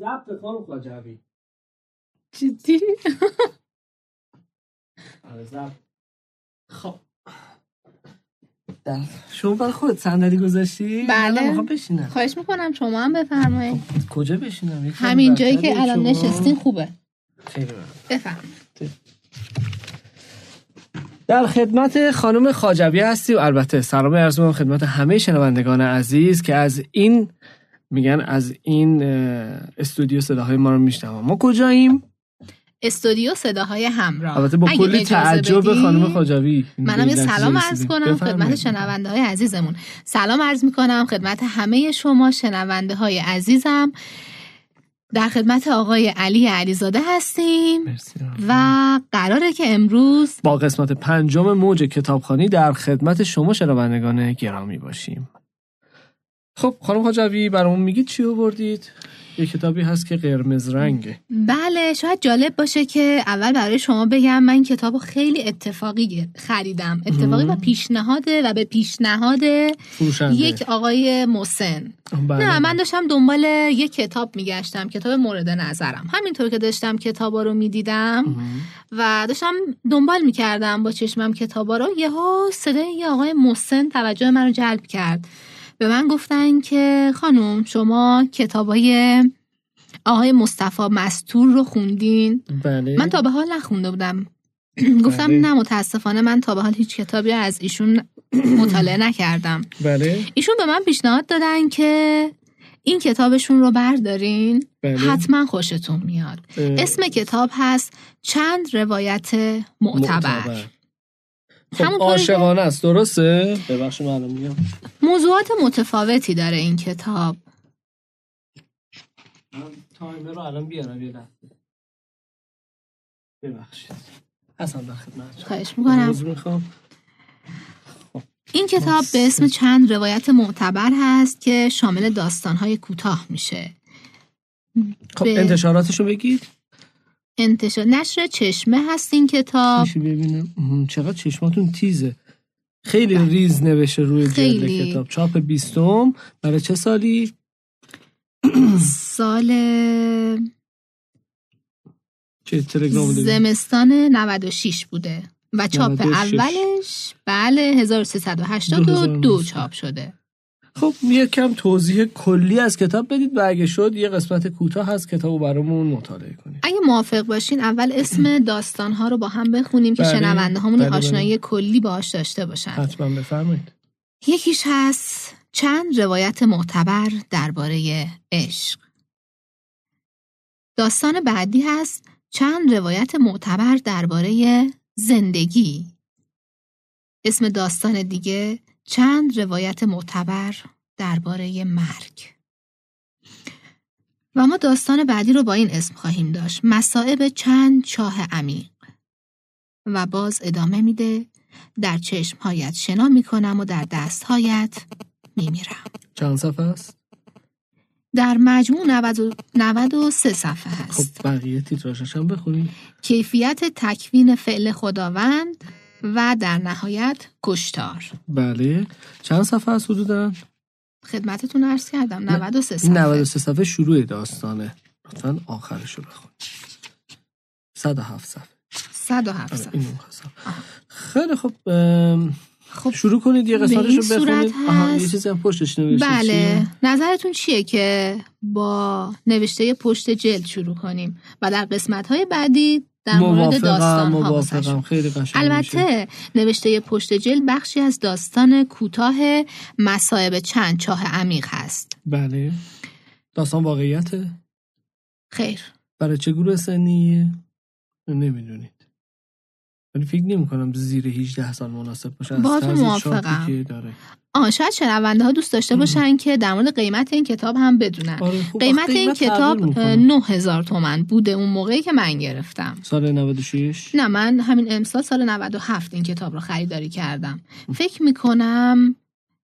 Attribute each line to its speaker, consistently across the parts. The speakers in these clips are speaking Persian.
Speaker 1: ضبط خان خاجوی
Speaker 2: جدی
Speaker 1: آره ضبط
Speaker 3: خب در بله. شما برای خود صندلی گذاشتی
Speaker 2: بله.
Speaker 3: میخوام بشینم
Speaker 2: خواهش میکنم شما هم
Speaker 3: خب،
Speaker 2: بفرمایید
Speaker 3: کجا بشینم یکم
Speaker 2: همین جایی
Speaker 3: برتر
Speaker 2: که
Speaker 3: یک
Speaker 2: الان
Speaker 3: خب، شما.
Speaker 2: نشستین خوبه
Speaker 3: خیلی بله. ممنون.
Speaker 2: بفرمایید
Speaker 3: در خدمت خانم خاجبی هستی و البته سلام عرض می‌کنم خدمت همه شنوندگان عزیز که از این میگن از این اه، استودیو صداهای ما رو میشنوم ما کجاییم
Speaker 2: استودیو صداهای همراه
Speaker 3: البته با
Speaker 2: اگه
Speaker 3: کلی
Speaker 2: اجازه
Speaker 3: تعجب
Speaker 2: بدی،
Speaker 3: خانم خاجبی
Speaker 2: منم یه سلام عرض
Speaker 3: رسیدیم.
Speaker 2: کنم خدمت
Speaker 3: بفرمایید.
Speaker 2: شنونده های عزیزمون سلام عرض میکنم خدمت همه شما شنونده های عزیزم در خدمت آقای علی علیزاده هستیم
Speaker 3: مرسی.
Speaker 2: و قراره که امروز
Speaker 3: با قسمت پنجم موج کتابخانی در خدمت شما شنوندگان گرامی باشیم خب خانم حاجبی برامون میگید چی آوردید یه کتابی هست که قرمز رنگه
Speaker 2: بله شاید جالب باشه که اول برای شما بگم من کتاب رو خیلی اتفاقی گ- خریدم اتفاقی
Speaker 3: مم.
Speaker 2: و پیشنهاده و به پیشنهاد
Speaker 3: فروشنده
Speaker 2: یک آقای محسن
Speaker 3: بله.
Speaker 2: نه من داشتم دنبال یک کتاب میگشتم کتاب مورد نظرم همینطور که داشتم کتابا رو میدیدم
Speaker 3: مم.
Speaker 2: و داشتم دنبال میکردم با چشمم کتابا رو یهو صدای یه آقای محسن توجه من رو جلب کرد به من گفتن که خانم شما کتابای آقای مصطفی مستور رو خوندین
Speaker 3: بله
Speaker 2: من تا به حال نخونده بودم گفتم
Speaker 3: بله.
Speaker 2: نه متاسفانه من تا به حال هیچ کتابی رو از ایشون مطالعه نکردم
Speaker 3: بله
Speaker 2: ایشون به من پیشنهاد دادن که این کتابشون رو بردارین
Speaker 3: بله
Speaker 2: حتما خوشتون میاد
Speaker 3: اه،
Speaker 2: اسم کتاب هست چند روایت معتبر
Speaker 3: خب
Speaker 2: همونطوری که-
Speaker 3: عاشقانه است درسته ببخشید من الان میگم
Speaker 2: موضوعات متفاوتی داره این کتاب
Speaker 3: من تایمر رو الان بیارم یه لحظه ببخشید اصلا در خدمت شما.
Speaker 2: خواهش میکنم
Speaker 3: عذر میخوام
Speaker 2: این کتاب به اسم چند روایت معتبر هست که شامل داستانهای کوتاه میشه
Speaker 3: خب
Speaker 2: به-
Speaker 3: انتشاراتشو بگید
Speaker 2: انتشار نشر چشمه هست این کتاب
Speaker 3: میشه ببینم مهم. چقدر چشماتون تیزه خیلی ریز نوشته روی جلد
Speaker 2: بله. خیلی.
Speaker 3: کتاب چاپ بیستم برای چه سالی؟
Speaker 2: سال
Speaker 3: چه تلگرام داریم؟
Speaker 2: زمستان 96 بوده و چاپ
Speaker 3: 96.
Speaker 2: اولش بله 1382
Speaker 3: 2019.
Speaker 2: چاپ شده
Speaker 3: خب یه کم توضیح کلی از کتاب بدید و اگه شد یه قسمت کوتاه از کتاب رو برامون مطالعه کنید
Speaker 2: اگه موافق باشین اول اسم داستانها رو با هم بخونیم که
Speaker 3: بله.
Speaker 2: شنونده همون
Speaker 3: بله، بله.
Speaker 2: آشنایی کلی باهاش داشته باشن
Speaker 3: حتما بفرمایید
Speaker 2: یکیش هست چند روایت معتبر درباره عشق داستان بعدی هست چند روایت معتبر درباره زندگی اسم داستان دیگه چند روایت معتبر درباره مرگ و ما داستان بعدی رو با این اسم خواهیم داشت مسائب چند چاه عمیق و باز ادامه میده در چشمهایت شنا میکنم و در دستهایت میمیرم
Speaker 3: چند صفحه است؟
Speaker 2: در مجموع 90 و- 93 صفحه هست
Speaker 3: خب بقیه تیتراژش هم بخونید
Speaker 2: کیفیت تکوین فعل خداوند و در نهایت کشتار
Speaker 3: بله چند صفحه است حدودا؟
Speaker 2: خدمتتون عرض کردم 93
Speaker 3: این
Speaker 2: صفحه
Speaker 3: 93 صفحه شروع داستانه لطفا آخرش رو بخونید 107 صفحه
Speaker 2: 107
Speaker 3: آره،
Speaker 2: صفحه
Speaker 3: اینو می‌خواستم. خیلی خب ام،
Speaker 2: خب
Speaker 3: شروع کنید یه
Speaker 2: به
Speaker 3: قسمتش
Speaker 2: این
Speaker 3: رو بخونید
Speaker 2: صورت
Speaker 3: آها یه
Speaker 2: هست.
Speaker 3: چیزی هم پشتش نوشته
Speaker 2: بله
Speaker 3: چیه؟
Speaker 2: نظرتون چیه که با نوشته پشت جلد شروع کنیم و در قسمت های بعدی در مورد
Speaker 3: موافقم
Speaker 2: داستان ها
Speaker 3: موافقم خیلی قشنگ میشه.
Speaker 2: البته نوشته پشت جلد بخشی از داستان کوتاه مصائب چند چاه عمیق هست
Speaker 3: بله داستان واقعیت
Speaker 2: خیر
Speaker 3: برای چه گروه سنی نمیدونید ولی فکر نمی کنم زیر 18 سال مناسب باشه از
Speaker 2: باهاتون
Speaker 3: طرز
Speaker 2: موافقم.
Speaker 3: چاپی که داره
Speaker 2: آن شاید شنونده ها دوست داشته باشن که در مورد قیمت این کتاب هم بدونن
Speaker 3: آره، خب،
Speaker 2: قیمت
Speaker 3: آخه
Speaker 2: این
Speaker 3: تغییر
Speaker 2: کتاب
Speaker 3: می‌کنه.
Speaker 2: اه، 9000 تومن بوده اون موقعی که من گرفتم
Speaker 3: سال 96
Speaker 2: نه من همین امسال سال 97 این کتاب رو خریداری کردم فکر میکنم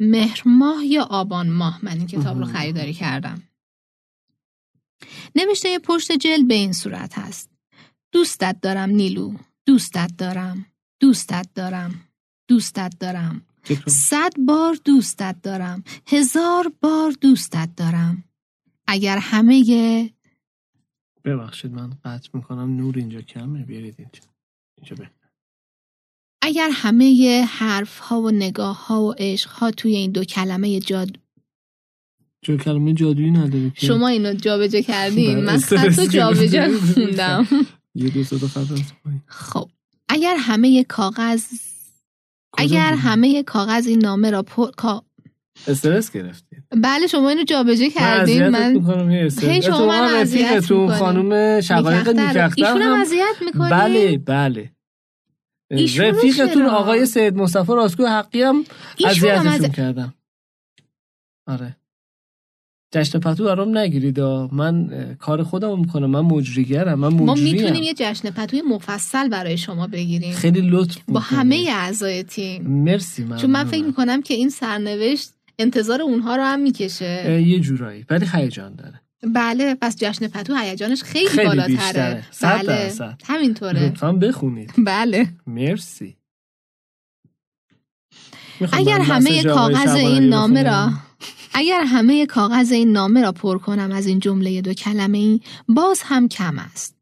Speaker 2: مهر ماه یا آبان ماه من این کتاب رو
Speaker 3: آها.
Speaker 2: خریداری کردم نوشته پشت جلد به این صورت هست دوستت دارم نیلو دوستت دارم دوستت دارم دوستت دارم
Speaker 3: کتاب.
Speaker 2: صد بار دوستت دارم هزار بار دوستت دارم اگر همه
Speaker 3: ببخشید من قطع میکنم نور اینجا کمه بیارید اینجا اینجا به
Speaker 2: اگر همه حرف ها و نگاه ها و عشق ها توی این دو کلمه جاد
Speaker 3: چون کلمه جادویی نداره که
Speaker 2: شما اینو جابجا کردین
Speaker 3: بله،
Speaker 2: من
Speaker 3: استرس
Speaker 2: خط رو جابجا
Speaker 3: گرفته.
Speaker 2: خوندم
Speaker 3: یه دو سه تا خط هست پایین.
Speaker 2: خب اگر همه کاغذ اگر
Speaker 3: کجا؟
Speaker 2: همه کاغذ این نامه را پر... کا-
Speaker 3: استرس گرفتید
Speaker 2: بله شما اینو جابجا کردین
Speaker 3: اذیتت
Speaker 2: من
Speaker 3: میکنم یه استرس
Speaker 2: هی شما
Speaker 3: اتفاقا
Speaker 2: منو اذیت
Speaker 3: رفیقتون
Speaker 2: می‌کنی.
Speaker 3: خانم شقایق
Speaker 2: می‌کختر-
Speaker 3: نیکختر
Speaker 2: ایشونم
Speaker 3: هم
Speaker 2: اذیت میکنی
Speaker 3: بله بله
Speaker 2: ایشون رو
Speaker 3: رفیقتون
Speaker 2: چرا؟
Speaker 3: آقای سید مصطفی راسکو حقی هم اذیتشون کردم آره جشن پتو برام نگیرید آه. من اه، کار خودم میکنم من مجریگرم من
Speaker 2: ما
Speaker 3: مجریم
Speaker 2: میتونیم یه جشن پتوی مفصل برای شما بگیریم
Speaker 3: خیلی لطف
Speaker 2: با
Speaker 3: می‌کنی.
Speaker 2: همه اعضای تیم
Speaker 3: مرسی من
Speaker 2: چون من فکر میکنم که این سرنوشت انتظار اونها رو هم میکشه
Speaker 3: یه جورایی ولی هیجان داره
Speaker 2: بله پس جشن پتو هیجانش خیلی,
Speaker 3: خیلی بیشتره.
Speaker 2: بالاتره
Speaker 3: صد
Speaker 2: بله
Speaker 3: درصد.
Speaker 2: همینطوره
Speaker 3: لطفا بخونید
Speaker 2: بله
Speaker 3: مرسی
Speaker 2: اگر همه کاغذ این نامه را
Speaker 3: خب،
Speaker 2: اگر همه کاغذ این نامه را پر کنم از این جمله دو کلمه ای باز هم کم است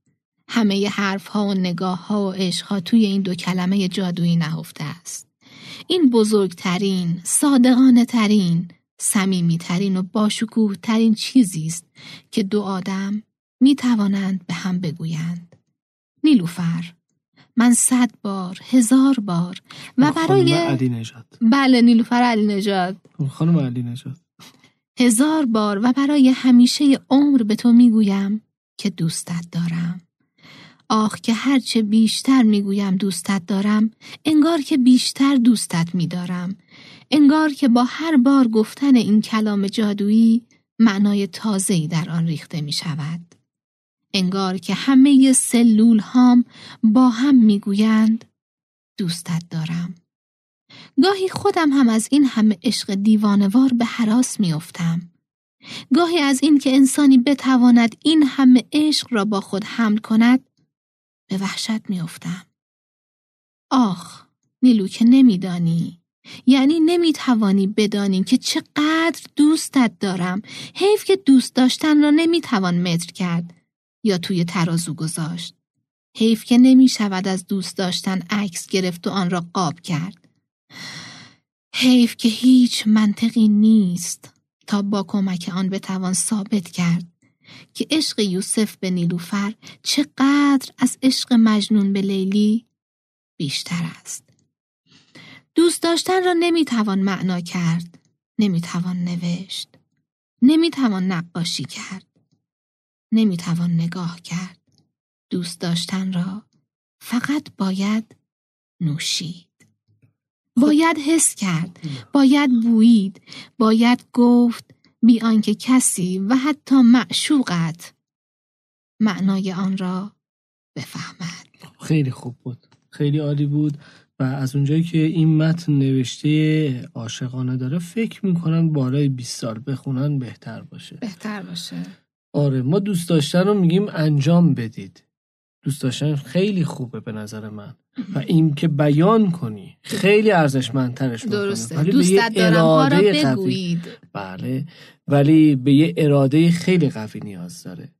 Speaker 2: همه حرف ها و نگاه ها و عشق ها توی این دو کلمه جادویی نهفته است این بزرگترین صادقانه ترین صمیمی ترین و باشکوه ترین چیزی است که دو آدم می توانند به هم بگویند نیلوفر من صد بار هزار بار و برای
Speaker 3: علی نجات
Speaker 2: بله نیلوفر علی نژاد
Speaker 3: خانم علی نجات
Speaker 2: هزار بار و برای همیشه عمر به تو میگویم که دوستت دارم آخ که هرچه بیشتر میگویم دوستت دارم انگار که بیشتر دوستت میدارم انگار که با هر بار گفتن این کلام جادویی معنای تازه‌ای در آن ریخته می شود انگار که همه سلول هام با هم میگویند دوستت دارم گاهی خودم هم از این همه عشق دیوانوار به حراس میافتم. گاهی از این که انسانی بتواند این همه عشق را با خود حمل کند به وحشت میافتم. آخ نیلو که نمیدانی یعنی نمیتوانی بدانی که چقدر دوستت دارم حیف که دوست داشتن را نمیتوان متر کرد یا توی ترازو گذاشت حیف که نمیشود از دوست داشتن عکس گرفت و آن را قاب کرد حیف که هیچ منطقی نیست تا با کمک آن بتوان ثابت کرد که عشق یوسف به نیلوفر چقدر از عشق مجنون به لیلی بیشتر است. دوست داشتن را نمیتوان معنا کرد، نمیتوان نوشت، نمیتوان نقاشی کرد، نمیتوان نگاه کرد. دوست داشتن را فقط باید نوشید. باید حس کرد باید بویید باید گفت بی آنکه کسی و حتی معشوقت معنای آن را بفهمد
Speaker 3: خب، خیلی خوب بود خیلی عالی بود و از اونجایی که این متن نوشته عاشقانه داره فکر میکنم بالای 20 سال بخونن بهتر باشه
Speaker 2: بهتر باشه
Speaker 3: آره ما دوست داشتن رو میگیم انجام بدید دوست داشتن خیلی خوبه به نظر من و این که بیان کنی خیلی ارزشمندترش می‌کنه.
Speaker 2: درسته
Speaker 3: ولی به
Speaker 2: دوستت
Speaker 3: یه
Speaker 2: دارم ها را
Speaker 3: اراده قوی-
Speaker 2: بگویید
Speaker 3: بله ولی به یه اراده خیلی قوی نیاز داره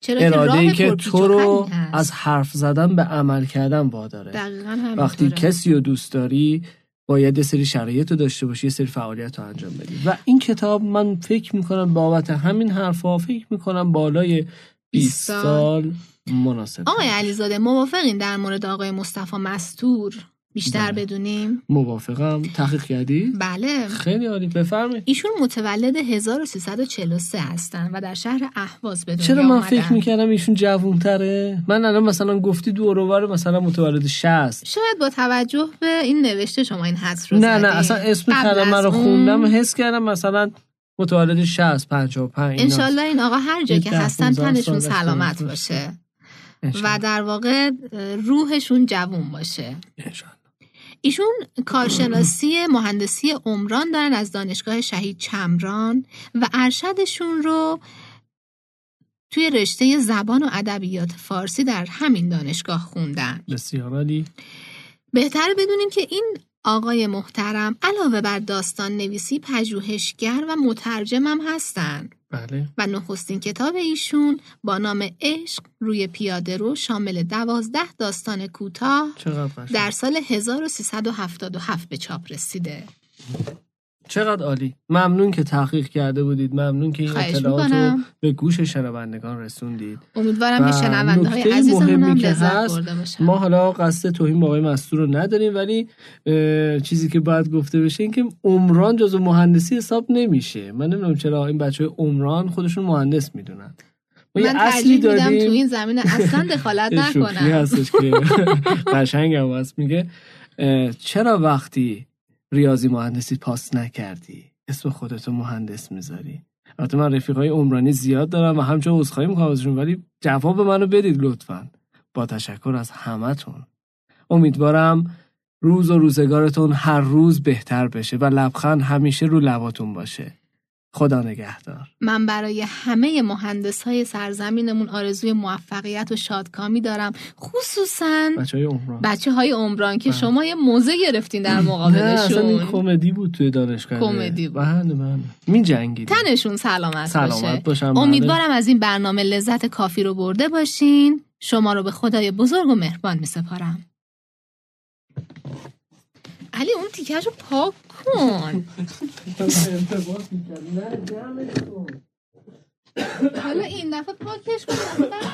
Speaker 2: چرا که
Speaker 3: اراده ای
Speaker 2: راه
Speaker 3: که
Speaker 2: پرپیچ و
Speaker 3: تو رو
Speaker 2: خمی هست.
Speaker 3: از حرف زدن به عمل کردن واداره
Speaker 2: دقیقا همینطوره.
Speaker 3: وقتی کسی رو دوست داری باید یه سری شرایط رو داشته باشی یه سری فعالیت رو انجام بدی و این کتاب من فکر میکنم بابت همین حرفها فکر میکنم بالای 20
Speaker 2: سال.
Speaker 3: سال مناسب
Speaker 2: آقای
Speaker 3: باشه.
Speaker 2: علیزاده موافقین در مورد آقای مصطفی مستور بیشتر
Speaker 3: بله.
Speaker 2: بدونیم
Speaker 3: موافقم تحقیق کردی
Speaker 2: بله
Speaker 3: خیلی عالی بفرمایید
Speaker 2: ایشون متولد 1343 هستن و در شهر اهواز به دنیا
Speaker 3: چرا من
Speaker 2: آمدن.
Speaker 3: فکر میکردم ایشون جوونتره من الان مثلا گفتی دو روبر مثلا متولد 60
Speaker 2: شاید با توجه به این نوشته شما این حدس رو
Speaker 3: نه نه
Speaker 2: زدین.
Speaker 3: اصلا اسم
Speaker 2: قبل
Speaker 3: کلمه
Speaker 2: از
Speaker 3: رو
Speaker 2: اون-
Speaker 3: خوندم حس کردم مثلا متولد 60 55 ایناست.
Speaker 2: انشالله این آقا هر جا
Speaker 3: یه
Speaker 2: که
Speaker 3: ده،
Speaker 2: هستن
Speaker 3: 15
Speaker 2: تنشون
Speaker 3: سالش
Speaker 2: سلامت
Speaker 3: سلامت
Speaker 2: باشه
Speaker 3: انشالله.
Speaker 2: و در واقع اه، روحشون جوون باشه
Speaker 3: انشالله.
Speaker 2: ایشون کارشناسی مهندسی عمران دارن از دانشگاه شهید چمران و ارشدشون رو توی رشته زبان و ادبیات فارسی در همین دانشگاه خوندن
Speaker 3: بسیار عالی
Speaker 2: بهتر بدونیم که این آقای محترم علاوه بر داستان نویسی پژوهشگر و مترجمم هستند.
Speaker 3: بله
Speaker 2: و نخستین کتاب ایشون با نام عشق روی پیاده رو شامل دوازده داستان کوتاه
Speaker 3: چقدر قشنگ.
Speaker 2: در سال 1377 به چاپ رسیده
Speaker 3: چقدر عالی ممنون که تحقیق کرده بودید ممنون که این
Speaker 2: خواهش
Speaker 3: اطلاعات رو
Speaker 2: می‌کنم.
Speaker 3: به گوش شنوندگان رسوندید
Speaker 2: امیدوارم
Speaker 3: و
Speaker 2: که شنونده های
Speaker 3: نکته
Speaker 2: عزیزمون
Speaker 3: مهمی
Speaker 2: هم
Speaker 3: که
Speaker 2: لذت
Speaker 3: هست،
Speaker 2: برده باشن
Speaker 3: ما حالا قصد توهین با آقای مسئول رو نداریم ولی اه، چیزی که باید گفته بشه این که عمران جزو مهندسی حساب نمیشه من نمیدونم چرا این بچه عمران خودشون مهندس میدونن ما یه
Speaker 2: من
Speaker 3: اصلی
Speaker 2: ترجیح میدم
Speaker 3: داریم
Speaker 2: تو این زمینه اصلا دخالت
Speaker 3: یه شوخی
Speaker 2: نکنم
Speaker 3: هستش که قشنگ هم هست میگه اه، چرا وقتی ریاضی مهندسی پاس نکردی اسم خودتو مهندس میذاری البته من رفیقای عمرانی زیاد دارم و همچنان عذرخواهی میکنم ازشون ولی جواب منو بدید لطفا با تشکر از همتون امیدوارم روز و روزگارتون هر روز بهتر بشه و لبخند همیشه رو لباتون باشه خدا نگهدار
Speaker 2: من برای همه مهندس های سرزمینمون آرزوی موفقیت و شادکامی دارم خصوصا
Speaker 3: بچه های عمران
Speaker 2: بچه های عمران که
Speaker 3: بله.
Speaker 2: شما یه موزه گرفتین در
Speaker 3: نه اصلا این
Speaker 2: مقابلشون
Speaker 3: کمدی بود توی دانشگاه
Speaker 2: آره، کمدی بود.
Speaker 3: بله بله می جنگید
Speaker 2: تنشون سلامت, باشه
Speaker 3: سلامت باشم بله.
Speaker 2: امیدوارم از این برنامه لذت کافی رو برده باشین شما رو به خدای بزرگ و مهربان می سپارم علی اون تیکش رو پاک کن
Speaker 1: التباس می‌کرد. نه جمعش کن
Speaker 2: حالا این دفعه پاکش کن